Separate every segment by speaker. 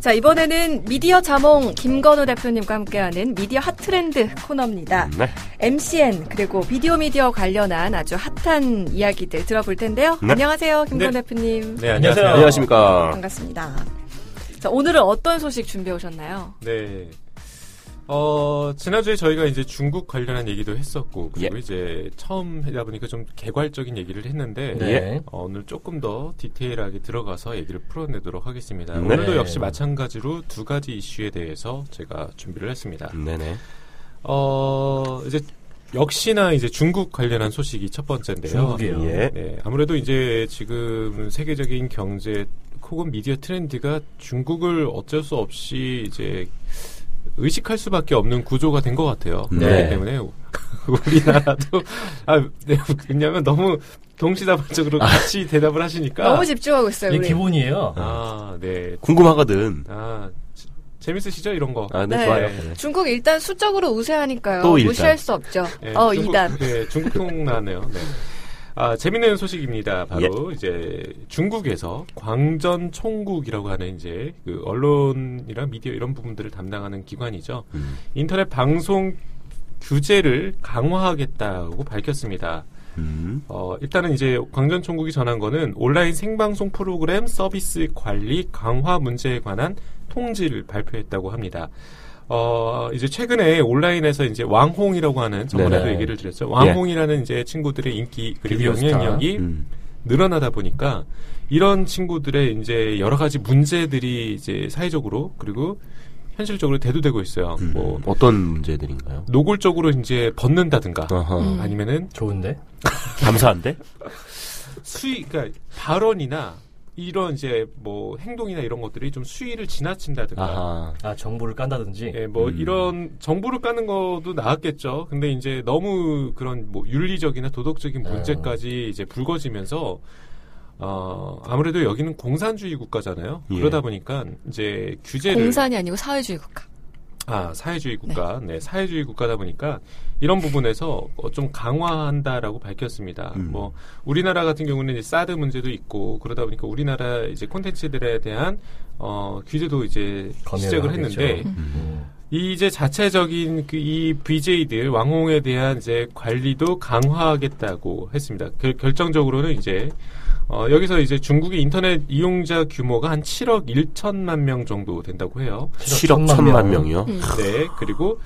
Speaker 1: 자, 이번에는 미디어 자몽 김건우 대표님과 함께하는 미디어 핫트렌드 코너입니다.
Speaker 2: 네.
Speaker 1: MCN 그리고 비디오 미디어 관련한 아주 핫한 이야기들 들어볼 텐데요.
Speaker 2: 네.
Speaker 1: 안녕하세요, 김건우
Speaker 3: 네.
Speaker 1: 대표님.
Speaker 3: 네, 안녕하세요.
Speaker 2: 안녕하십니까.
Speaker 1: 반갑습니다. 자, 오늘은 어떤 소식 준비해 오셨나요?
Speaker 3: 네. 어, 지난주에 저희가 이제 중국 관련한 얘기도 했었고, 그리고 이제 처음 하다 보니까 좀 개괄적인 얘기를 했는데,
Speaker 4: 예.
Speaker 2: 네.
Speaker 3: 어, 오늘 조금 더 디테일하게 들어가서 얘기를 풀어내도록 하겠습니다.
Speaker 2: 네.
Speaker 3: 오늘도 역시 마찬가지로 두 가지 이슈에 대해서 제가 준비를 했습니다.
Speaker 2: 네네.
Speaker 3: 어, 이제 역시나 이제 중국 관련한 소식이 첫 번째인데요.
Speaker 4: 중국이요.
Speaker 2: 예.
Speaker 3: 네, 아무래도 이제 지금 세계적인 경제 혹은 미디어 트렌드가 중국을 어쩔 수 없이 이제 의식할 수밖에 없는 구조가 된 것 같아요.
Speaker 2: 네.
Speaker 3: 그렇기 때문에 우리나라도 아 네, 왜냐하면 너무 동시다발적으로 같이 대답을 하시니까
Speaker 1: 너무 집중하고 있어요,
Speaker 4: 이게
Speaker 1: 우리.
Speaker 4: 기본이에요.
Speaker 3: 아 네.
Speaker 2: 궁금하거든.
Speaker 3: 아 지- 재밌으시죠 이런 거.
Speaker 2: 아, 네,
Speaker 1: 네.
Speaker 2: 좋아요.
Speaker 1: 중국 일단 수적으로 우세하니까요.
Speaker 2: 또 일단.
Speaker 1: 무시할 수 없죠.
Speaker 3: 네,
Speaker 1: 어,
Speaker 3: 중국-
Speaker 1: 이단
Speaker 3: 네, 중국통 나네요. 네. 아, 재밌는 소식입니다. 바로 이제 중국에서 광전 총국이라고 하는 이제 그 언론이나 미디어 이런 부분들을 담당하는 기관이죠.
Speaker 2: 음.
Speaker 3: 인터넷 방송 규제를 강화하겠다고 밝혔습니다.
Speaker 2: 음.
Speaker 3: 어, 일단은 이제 광전 총국이 전한 거는 온라인 생방송 프로그램 서비스 관리 강화 문제에 관한 통지를 발표했다고 합니다. 어, 이제 최근에 온라인에서 이제 왕홍이라고 하는 저번에도
Speaker 4: 네네.
Speaker 3: 얘기를 드렸죠. 왕홍이라는 이제 친구들의 인기 그리고
Speaker 4: 비디오 스타.
Speaker 3: 영향력이
Speaker 2: 음.
Speaker 3: 늘어나다 보니까 이런 친구들의 이제 여러 가지 문제들이 이제 사회적으로 그리고 현실적으로 대두되고 있어요.
Speaker 2: 음.
Speaker 3: 뭐
Speaker 2: 어떤 문제들인가요?
Speaker 3: 노골적으로 이제 벗는다든가
Speaker 2: 어허.
Speaker 1: 음.
Speaker 3: 아니면은
Speaker 4: 좋은데?
Speaker 2: 감사한데?
Speaker 3: 수위, 그러니까 발언이나 이런 이제 뭐 행동이나 이런 것들이 좀 수위를 지나친다든가.
Speaker 2: 아하.
Speaker 4: 아, 정보를 깐다든지.
Speaker 3: 예, 뭐
Speaker 2: 음.
Speaker 3: 이런 정보를 까는 것도 나았겠죠. 근데 이제 너무 그런 뭐 윤리적이나 도덕적인
Speaker 2: 아.
Speaker 3: 문제까지 이제 불거지면서 어, 아무래도 여기는 공산주의 국가잖아요.
Speaker 2: 예.
Speaker 3: 그러다 보니까 이제 규제를
Speaker 1: 공산이 아니고 사회주의 국가.
Speaker 3: 아, 사회주의 국가. 네. 사회주의 국가다 보니까 이런 부분에서 어, 좀 강화한다라고 밝혔습니다.
Speaker 2: 음.
Speaker 3: 뭐 우리나라 같은 경우는 이제 사드 문제도 있고 그러다 보니까 우리나라 이제 콘텐츠들에 대한 어, 규제도 이제
Speaker 4: 검열을
Speaker 3: 시작을
Speaker 4: 하겠죠.
Speaker 3: 했는데
Speaker 4: 음.
Speaker 3: 이제 자체적인 그 이 BJ들 왕홍에 대한 이제 관리도 강화하겠다고 했습니다. 결, 결정적으로는 이제 어, 여기서 이제 중국의 인터넷 이용자 규모가 한 7억 1천만 명 정도 된다고 해요.
Speaker 2: 7억
Speaker 4: 천만
Speaker 2: 1000만 명이요?
Speaker 1: 음.
Speaker 3: 네, 그리고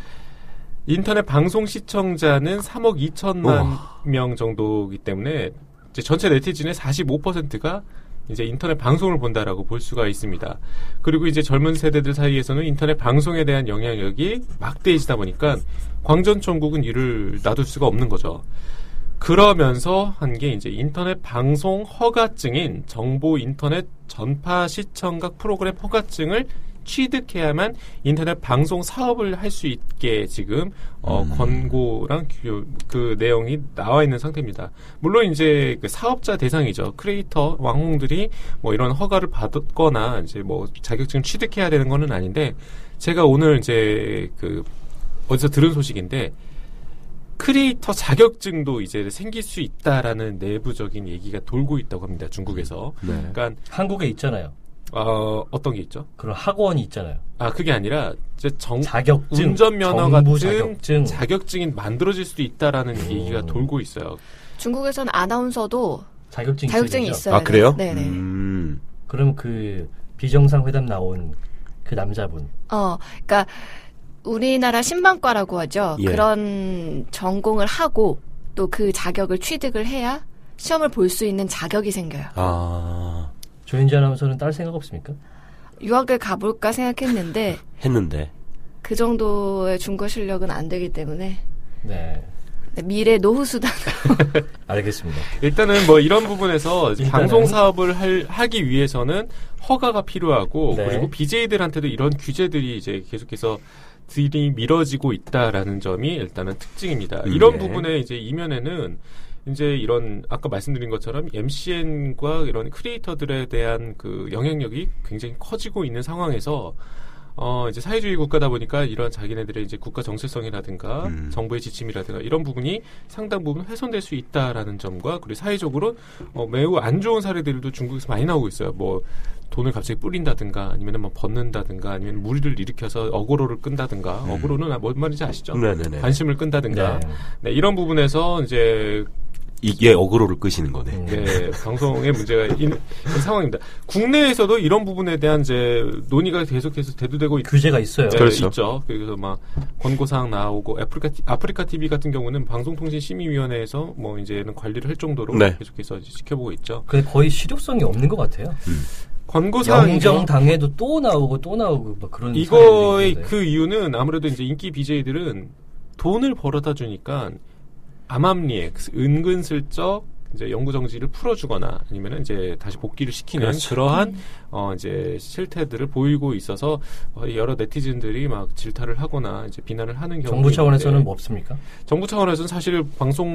Speaker 3: 인터넷 방송 시청자는 3억 2천만 명 정도이기 때문에 이제 전체 네티즌의 45%가 이제 인터넷 방송을 본다라고 볼 수가 있습니다. 그리고 이제 젊은 세대들 사이에서는 인터넷 방송에 대한 영향력이 막대해지다 보니까 광전 총국은 이를 놔둘 수가 없는 거죠. 그러면서 한 게 이제 인터넷 방송 허가증인 정보 인터넷 전파 시청각 프로그램 허가증을 취득해야만 인터넷 방송 사업을 할 수 있게 지금 어,
Speaker 2: 음.
Speaker 3: 권고랑 그, 그 내용이 나와 있는 상태입니다. 물론 이제 그 사업자 대상이죠. 크리에이터 왕홍들이 뭐 이런 허가를 받았거나 이제 뭐 자격증 취득해야 되는 거는 아닌데 제가 오늘 이제 그 어디서 들은 소식인데 크리에이터 자격증도 이제 생길 수 있다라는 내부적인 얘기가 돌고 있다고 합니다. 중국에서.
Speaker 4: 음.
Speaker 2: 네.
Speaker 3: 그러니까
Speaker 4: 한국에 있잖아요.
Speaker 3: 어, 어떤 게 있죠?
Speaker 4: 그런 학원이 있잖아요.
Speaker 3: 아 그게 아니라 이제 정
Speaker 4: 자격증.
Speaker 3: 음, 운전면허
Speaker 4: 정부
Speaker 3: 같은
Speaker 4: 자격증. 음.
Speaker 3: 자격증이 만들어질 수도 있다라는 얘기가 돌고 있어요.
Speaker 1: 중국에선 아나운서도
Speaker 4: 자격증이,
Speaker 1: 자격증이
Speaker 4: 있어요.
Speaker 1: 있어요.
Speaker 2: 아, 그래요?
Speaker 1: 네네.
Speaker 2: 음.
Speaker 4: 그럼 그 비정상회담 나온 그 남자분.
Speaker 1: 어, 그러니까 우리나라 신방과라고 하죠.
Speaker 2: 예.
Speaker 1: 그런 전공을 하고 또 그 자격을 취득을 해야 시험을 볼 수 있는 자격이 생겨요.
Speaker 2: 아,
Speaker 4: 조현지 아나운서는 딸 생각 없습니까?
Speaker 1: 유학을 가볼까 생각했는데
Speaker 2: 했는데.
Speaker 1: 그 정도의 중고 실력은 안 되기 때문에
Speaker 4: 네.
Speaker 1: 미래 노후 수단.
Speaker 4: 알겠습니다.
Speaker 3: 일단은 뭐 이런 부분에서 이제
Speaker 4: 일단은-
Speaker 3: 방송 사업을 할- 하기 위해서는 허가가 필요하고
Speaker 4: 네.
Speaker 3: 그리고 BJ들한테도 이런 규제들이 이제 계속해서 들이 밀어지고 있다라는 점이 일단은 특징입니다.
Speaker 2: 음,
Speaker 3: 이런
Speaker 2: 네.
Speaker 3: 부분에 이제 이면에는 이제 이런 아까 말씀드린 것처럼 MCN과 이런 크리에이터들에 대한 그 영향력이 굉장히 커지고 있는 상황에서 어 이제 사회주의 국가다 보니까 이런 자기네들의 이제 국가 정체성이라든가
Speaker 2: 음.
Speaker 3: 정부의 지침이라든가 이런 부분이 상당 부분 훼손될 수 있다라는 점과 그리고 사회적으로 어, 매우 안 좋은 사례들도 중국에서 많이 나오고 있어요. 뭐 돈을 갑자기 뿌린다든가 아니면 뭐 벗는다든가 아니면 무리를 일으켜서 어그로를 끈다든가 어그로는 아, 뭔 말인지 아시죠?
Speaker 2: 음. 네네네.
Speaker 3: 관심을 끈다든가 네, 이런 부분에서 이제
Speaker 2: 이게 어그로를 끄시는 거네.
Speaker 4: 음.
Speaker 3: 네, 방송의 문제가 있는 있는 상황입니다. 국내에서도 이런 부분에 대한 이제 논의가 계속해서 대두되고 있,
Speaker 4: 규제가 있어요.
Speaker 3: 네,
Speaker 2: 그렇죠.
Speaker 3: 있죠. 그래서 막 권고사항 나오고 아프리카 티- 아프리카 TV 같은 경우는 방송통신심의위원회에서 뭐 이제는 관리를 할 정도로
Speaker 2: 네.
Speaker 3: 계속해서 이제 지켜보고 있죠.
Speaker 4: 근데 거의 실효성이 없는 것 같아요.
Speaker 3: 권고사항
Speaker 4: 영정 당해도 또 나오고 또 나오고 막 그런
Speaker 3: 이거의
Speaker 4: 사례들이 있는데.
Speaker 3: 그 이유는 아무래도 이제 인기 BJ들은 돈을 벌어다 주니까 암암리에 그 은근슬쩍 이제 연구 정지를 풀어주거나 아니면은 이제 다시 복귀를 시키는
Speaker 2: 그렇죠.
Speaker 3: 그러한 어 이제 실태들을 보이고 있어서 어, 여러 네티즌들이 막 질타를 하거나 이제 비난을 하는 그 경우
Speaker 4: 정부 차원에서는 뭐 없습니까?
Speaker 3: 정부 차원에서는 사실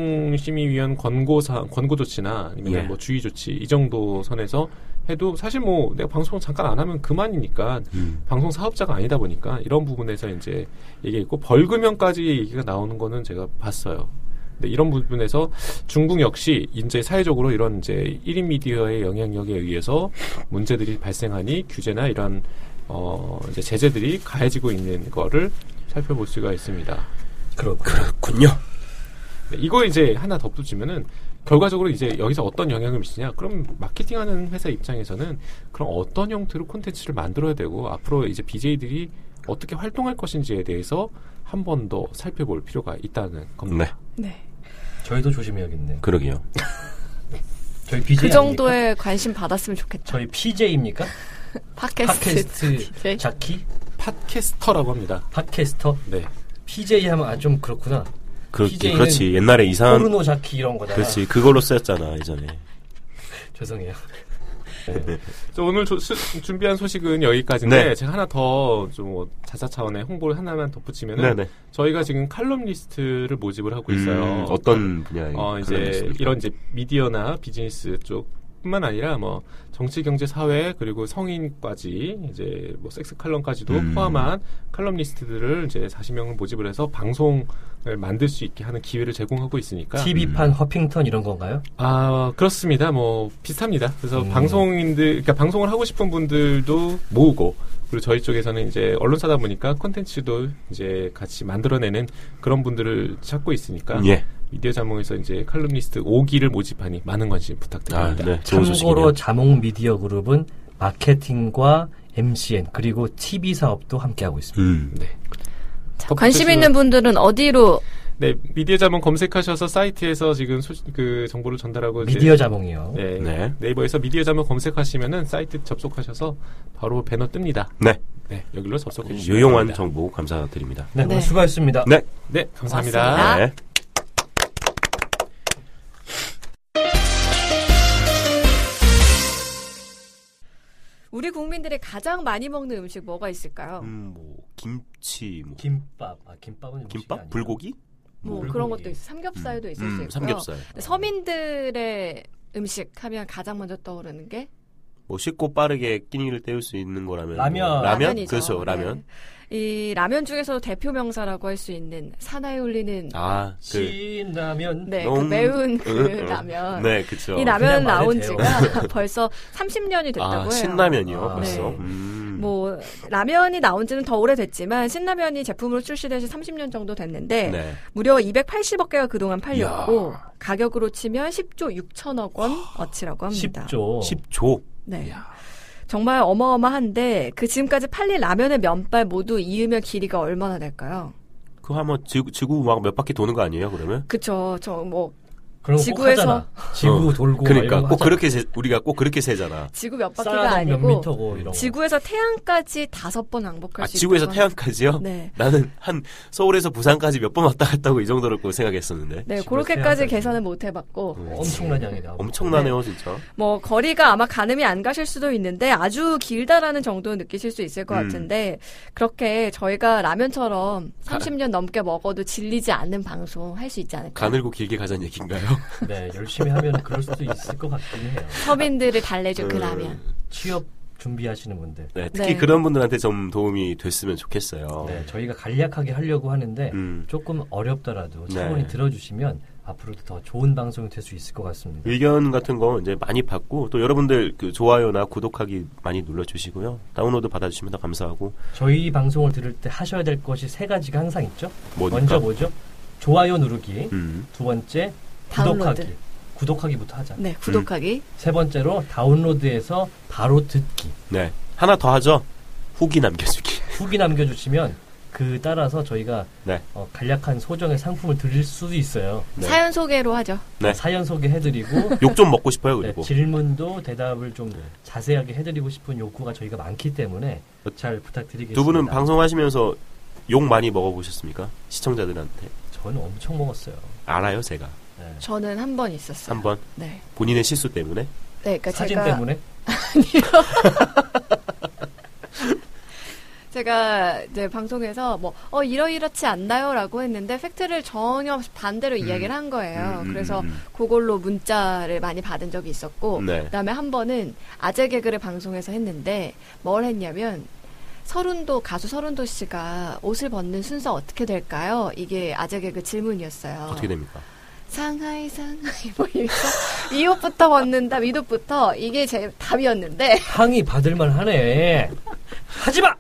Speaker 3: 방송심의위원 권고사 권고 조치나 아니면
Speaker 2: 예.
Speaker 3: 뭐 주의 조치 이 정도 선에서 해도 사실 뭐 내가 방송 잠깐 안 하면 그만이니까
Speaker 2: 음.
Speaker 3: 방송 사업자가 아니다 보니까 이런 부분에서 이제 얘기 있고 벌금형까지 얘기가 나오는 거는 제가 봤어요. 근데 이런 부분에서 중국 역시 이제 사회적으로 이런 이제 1인 미디어의 영향력에 의해서 문제들이 발생하니 규제나 이런 어 이제 제재들이 가해지고 있는 거를 살펴볼 수가 있습니다.
Speaker 4: 그렇고
Speaker 2: 그렇군요.
Speaker 3: 네, 이거 이제 하나 덧붙이면은 결과적으로 이제 여기서 어떤 영향을 미치냐? 그럼 마케팅하는 회사 입장에서는 그럼 어떤 형태로 콘텐츠를 만들어야 되고 앞으로 이제 BJ들이 어떻게 활동할 것인지에 대해서 한 번 더 살펴볼 필요가 있다는 겁니다.
Speaker 2: 네.
Speaker 1: 네.
Speaker 4: 저희도 조심해야겠네요.
Speaker 2: 그러게요.
Speaker 4: 저희 BJ
Speaker 1: 그
Speaker 4: 아닙니까?
Speaker 1: 정도의 관심 받았으면 좋겠다.
Speaker 4: 저희 PJ입니까?
Speaker 1: 팟캐스트. 네.
Speaker 4: 팟캐스트 자키
Speaker 2: 네.
Speaker 3: 팟캐스터라고 합니다.
Speaker 4: 팟캐스터
Speaker 3: 네.
Speaker 4: PJ 하면 아 좀 그렇구나.
Speaker 2: 그렇지. 예,
Speaker 4: PJ 는
Speaker 2: 그렇지. 옛날에 이상한
Speaker 4: 포르노 자키 이런 거다.
Speaker 2: 그렇지. 그걸로 쓰였잖아 예전에.
Speaker 4: 죄송해요.
Speaker 3: 저 오늘 조- 수- 준비한 소식은 여기까지인데
Speaker 2: 네.
Speaker 3: 제가 하나 더좀 뭐 자사 차원의 홍보를 하나만 덧붙이면은
Speaker 2: 네네.
Speaker 3: 저희가 지금 칼럼니스트를 모집을 하고 있어요.
Speaker 2: 음, 어떤 분야에
Speaker 3: 어, 이제
Speaker 2: 칼럼니스트입니까?
Speaker 3: 이런 이제 미디어나 비즈니스 쪽뿐만 아니라 뭐 정치, 경제, 사회 그리고 성인까지 이제 뭐 섹스 칼럼까지도
Speaker 2: 음.
Speaker 3: 포함한 칼럼니스트들을 이제 40명을 모집을 해서 방송을 만들 수 있게 하는 기회를 제공하고
Speaker 2: 그러니까.
Speaker 3: 있으니까
Speaker 4: TV판 허핑턴 이런 건가요?
Speaker 3: 아 그렇습니다. 뭐 비슷합니다. 그래서
Speaker 4: 음.
Speaker 3: 방송인들, 그러니까 방송을 하고 싶은 분들도 모으고 그리고 저희 쪽에서는 이제 언론사다 보니까 콘텐츠도 이제 같이 만들어내는 그런 분들을 찾고 있으니까
Speaker 2: 예.
Speaker 3: 미디어 자몽에서 이제 칼럼니스트 5기를 모집하니 많은 관심
Speaker 2: 아,
Speaker 3: 부탁드립니다.
Speaker 2: 네. 좋은
Speaker 4: 참고로
Speaker 2: 소식이네요.
Speaker 4: 자몽 미디어 그룹은 마케팅과 MCN 그리고 TV 사업도 함께하고 있습니다.
Speaker 2: 음.
Speaker 3: 네.
Speaker 1: 자, 관심 있는 분들은 어디로
Speaker 3: 네, 미디어 자몽 검색하셔서 사이트에서 지금 소, 그 정보를 전달하고 이제-
Speaker 4: 미디어 자몽이요.
Speaker 3: 네,
Speaker 2: 네.
Speaker 3: 네이버에서 미디어 자몽 검색하시면은 사이트 접속하셔서 바로 배너 뜹니다.
Speaker 2: 네.
Speaker 3: 네, 여기로 접속해 주시면
Speaker 2: 유용한
Speaker 3: 됩니다.
Speaker 2: 정보 감사드립니다.
Speaker 4: 네, 오늘
Speaker 1: 네.
Speaker 4: 수고하셨습니다.
Speaker 2: 네.
Speaker 3: 네, 감사합니다.
Speaker 1: 고맙습니다.
Speaker 2: 네.
Speaker 1: 우리 국민들이 가장 많이 먹는 음식 뭐가 있을까요?
Speaker 2: 음, 뭐 김치 뭐
Speaker 4: 김밥, 아 김밥은 음식이
Speaker 2: 김밥
Speaker 4: 아니에요.
Speaker 2: 불고기
Speaker 1: 뭐
Speaker 4: 모르겠네.
Speaker 1: 그런 것도 있어. 삼겹살도 있을 수 있고요.
Speaker 2: 음, 삼겹살.
Speaker 1: 근데 서민들의 음식 하면 가장 먼저 떠오르는 게
Speaker 2: 뭐 쉽고 빠르게 끼니를 때울 수 있는 거라면
Speaker 4: 라면.
Speaker 2: 뭐, 라면
Speaker 1: 라면이죠.
Speaker 2: 그렇죠 라면
Speaker 1: 네. 이 라면 중에서도 대표 명사라고 할 수 있는 사나이 울리는
Speaker 2: 아그
Speaker 4: 신라면
Speaker 1: 네, 그
Speaker 2: 너무-
Speaker 1: 매운 그
Speaker 2: 응, 응.
Speaker 1: 라면.
Speaker 2: 네 그렇죠
Speaker 1: 이 라면
Speaker 4: 그냥 말해도
Speaker 1: 나온 지가 벌써 30년이 됐다고
Speaker 2: 아
Speaker 1: 해요.
Speaker 2: 신라면이요
Speaker 4: 아,
Speaker 2: 벌써
Speaker 1: 네.
Speaker 2: 음.
Speaker 1: 뭐 라면이 나온 지는 더 오래됐지만 신라면이 제품으로 출시된 지 30년 정도 됐는데
Speaker 2: 네.
Speaker 1: 무려 280억 개가 그동안 팔렸고 가격으로 치면 10조 6천억 원 어치라고 합니다.
Speaker 4: 10조.
Speaker 2: 10조
Speaker 1: 네. 정말 어마어마한데 그 지금까지 팔린 라면의 면발 모두 이으면 길이가 얼마나 될까요?
Speaker 2: 그 한번 지구, 지구 막 몇 바퀴 도는 거 아니에요 그러면
Speaker 1: 그쵸. 저뭐
Speaker 4: 그런 거꼭
Speaker 1: 지구에서-
Speaker 4: 하잖아. 지구
Speaker 2: 어.
Speaker 4: 돌고
Speaker 2: 그러니까
Speaker 4: 막 이런
Speaker 2: 꼭
Speaker 4: 거 하잖아.
Speaker 2: 그렇게 세, 우리가 꼭 그렇게 세잖아
Speaker 1: 지구 몇 바퀴가
Speaker 4: 쌓아놓은 몇
Speaker 1: 아니고
Speaker 4: 미터고 이런 거.
Speaker 1: 지구에서 태양까지 다섯 번 왕복할
Speaker 2: 아
Speaker 1: 수
Speaker 2: 지구에서
Speaker 1: 있다고
Speaker 2: 태양까지요
Speaker 1: 네.
Speaker 2: 나는 한 서울에서 부산까지 몇 번 왔다 갔다고 이 정도로 꼭 생각했었는데 음.
Speaker 1: 네,
Speaker 4: 지구에서
Speaker 1: 그렇게까지
Speaker 4: 태양까지.
Speaker 1: 계산은 못 해봤고
Speaker 4: 엄청난 양이다.
Speaker 2: 엄청나네요 진짜
Speaker 1: 뭐 거리가 아마 가늠이 안 가실 수도 있는데 아주 길다라는 정도 느끼실 수 있을 것
Speaker 2: 음.
Speaker 1: 같은데 그렇게 저희가 라면처럼 30년 넘게 먹어도 질리지 않는 방송 할 수 있지 않을까?
Speaker 2: 가늘고 길게 가자는 얘기인가요
Speaker 4: 네, 열심히 하면 그럴 수도 있을 것 같긴 해요.
Speaker 1: 서민들을 달래줄 그 라면.
Speaker 4: 취업 준비하시는 분들.
Speaker 2: 네, 특히
Speaker 1: 네.
Speaker 2: 그런 분들한테 좀 도움이 됐으면 좋겠어요.
Speaker 4: 네, 저희가 간략하게 하려고 하는데
Speaker 2: 음.
Speaker 4: 조금 어렵더라도
Speaker 2: 네.
Speaker 4: 차분히 들어주시면 앞으로도 더 좋은 방송이 될 수 있을 것 같습니다.
Speaker 2: 의견 같은 거 이제 많이 받고 또 여러분들 그 좋아요나 구독하기 많이 눌러주시고요. 다운로드 받아주시면 더 감사하고
Speaker 4: 저희 방송을 들을 때 하셔야 될 것이 세 가지가 항상 있죠.
Speaker 2: 뭐니까?
Speaker 4: 먼저 뭐죠? 좋아요 누르기.
Speaker 2: 음.
Speaker 4: 두 번째
Speaker 1: 다운로드.
Speaker 4: 구독하기. 구독하기부터 하자.
Speaker 1: 네, 구독하기.
Speaker 2: 음.
Speaker 4: 세 번째로 다운로드해서 바로 듣기.
Speaker 2: 네 하나 더 하죠. 후기 남겨주기.
Speaker 4: 후기 남겨주시면 그 따라서 저희가
Speaker 2: 네.
Speaker 4: 어, 간략한 소정의 상품을 드릴 수도 있어요.
Speaker 2: 네.
Speaker 1: 사연 소개로 하죠.
Speaker 2: 네.
Speaker 4: 사연 소개해드리고
Speaker 2: 욕 좀 먹고 싶어요
Speaker 4: 네,
Speaker 2: 그리고. 네.
Speaker 4: 질문도 대답을 좀 자세하게 해드리고 싶은 욕구가 저희가 많기 때문에 잘 부탁드리겠습니다.
Speaker 2: 그렇죠. 두 분은 방송하시면서 욕 많이 먹어보셨습니까? 시청자들한테
Speaker 4: 저는 엄청 먹었어요.
Speaker 2: 알아요 제가
Speaker 4: 네.
Speaker 1: 저는 한 번 있었어요.
Speaker 2: 한 번
Speaker 1: 네.
Speaker 2: 본인의 실수 때문에
Speaker 1: 네, 그러니까
Speaker 4: 사진
Speaker 1: 제가
Speaker 4: 때문에
Speaker 1: 제가 이제 방송에서 뭐, 어, 이러이러치 않나요? 라고 했는데, 팩트를 전혀 반대로 이야기를 한 거예요.
Speaker 2: 음, 음,
Speaker 1: 그래서
Speaker 2: 음,
Speaker 1: 그걸로 문자를 많이 받은 적이 있었고,
Speaker 2: 음. 네.
Speaker 1: 그 다음에 한 번은 아재 개그를 방송에서 했는데, 뭘 했냐면, 서른도, 가수 서른도 씨가 옷을 벗는 순서 어떻게 될까요? 이게 아재 개그 질문이었어요.
Speaker 2: 어떻게 됩니까?
Speaker 1: 상하이, 상하이, 뭐 이래서, 이 옷부터 벗는다, 이 옷부터, 이게 제 답이었는데,
Speaker 4: 항의 받을만 하네. 하지 마.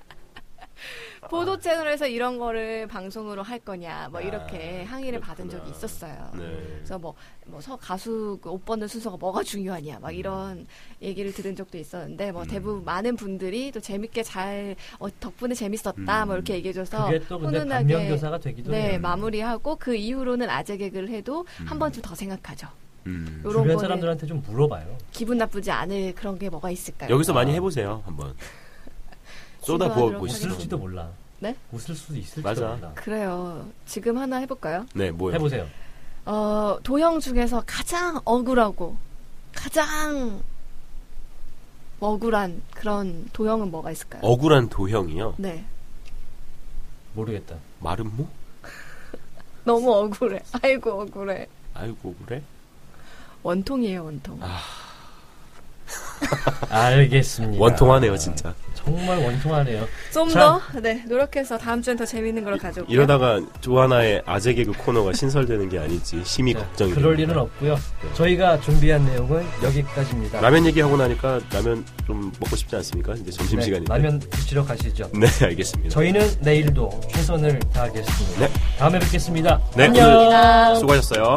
Speaker 1: 보도 채널에서 이런 거를 방송으로 할 거냐 뭐
Speaker 2: 아,
Speaker 1: 이렇게 항의를
Speaker 2: 그렇구나.
Speaker 1: 받은 적이 있었어요.
Speaker 2: 네.
Speaker 1: 그래서 뭐, 뭐 서, 가수 그옷 벗는 순서가 뭐가 중요하냐
Speaker 4: 음.
Speaker 1: 막 이런 얘기를 들은 적도 있었는데 뭐 대부분 많은 분들이 또 재밌게 잘 어, 덕분에 재밌었다
Speaker 2: 음.
Speaker 1: 뭐 이렇게 얘기해줘서
Speaker 4: 그게 또 근데
Speaker 1: 훈훈하게
Speaker 4: 반면교사가 되기도
Speaker 1: 네
Speaker 4: 해요. 음.
Speaker 1: 마무리하고 그 이후로는 아재 개그를 해도 한 번쯤 더 생각하죠.
Speaker 2: 음.
Speaker 1: 요런
Speaker 4: 주변
Speaker 1: 거는
Speaker 4: 사람들한테 좀 물어봐요.
Speaker 1: 기분 나쁘지 않을 그런 게 뭐가 있을까요?
Speaker 2: 여기서 많이 해보세요 한번 쏟아 부어
Speaker 1: 시도하도록
Speaker 2: 보시죠.
Speaker 4: 웃을지도 몰라.
Speaker 1: 네?
Speaker 4: 웃을 수도 있을지도
Speaker 2: 맞아.
Speaker 4: 몰라.
Speaker 1: 그래요. 지금 하나 해볼까요?
Speaker 2: 네 뭐요?
Speaker 4: 해보세요.
Speaker 1: 어, 도형 중에서 가장 억울하고 가장 억울한 그런 도형은 뭐가 있을까요?
Speaker 4: 어?
Speaker 2: 억울한 도형이요.
Speaker 1: 네.
Speaker 4: 모르겠다.
Speaker 2: 마름모?
Speaker 1: 너무 억울해. 아이고, 억울해.
Speaker 2: 아이고 그래?
Speaker 1: 원통이에요, 원통.
Speaker 4: 알겠습니다.
Speaker 2: 원통하네요 진짜.
Speaker 4: 정말 원통하네요.
Speaker 1: 좀
Speaker 4: 자.
Speaker 1: 더, 네, 노력해서 다음 주엔 더 재밌는 걸로 가져올게요.
Speaker 2: 이러다가 조하나의 아재 개그 코너가 신설되는 게 아닐지 심히
Speaker 4: 자,
Speaker 2: 걱정이
Speaker 4: 네,
Speaker 2: 됩니다.
Speaker 4: 그럴
Speaker 2: 네.
Speaker 4: 일은 없고요. 저희가 준비한 내용은 여기까지입니다.
Speaker 2: 라면 얘기하고 나니까 라면 좀 먹고 싶지 않습니까? 이제 점심
Speaker 4: 네,
Speaker 2: 시간인데.
Speaker 4: 라면 드시러 가시죠.
Speaker 2: 네 알겠습니다.
Speaker 4: 저희는 내일도 최선을 다하겠습니다.
Speaker 2: 네.
Speaker 4: 다음에 뵙겠습니다.
Speaker 2: 네,
Speaker 4: 안녕.
Speaker 2: 수고하셨어요.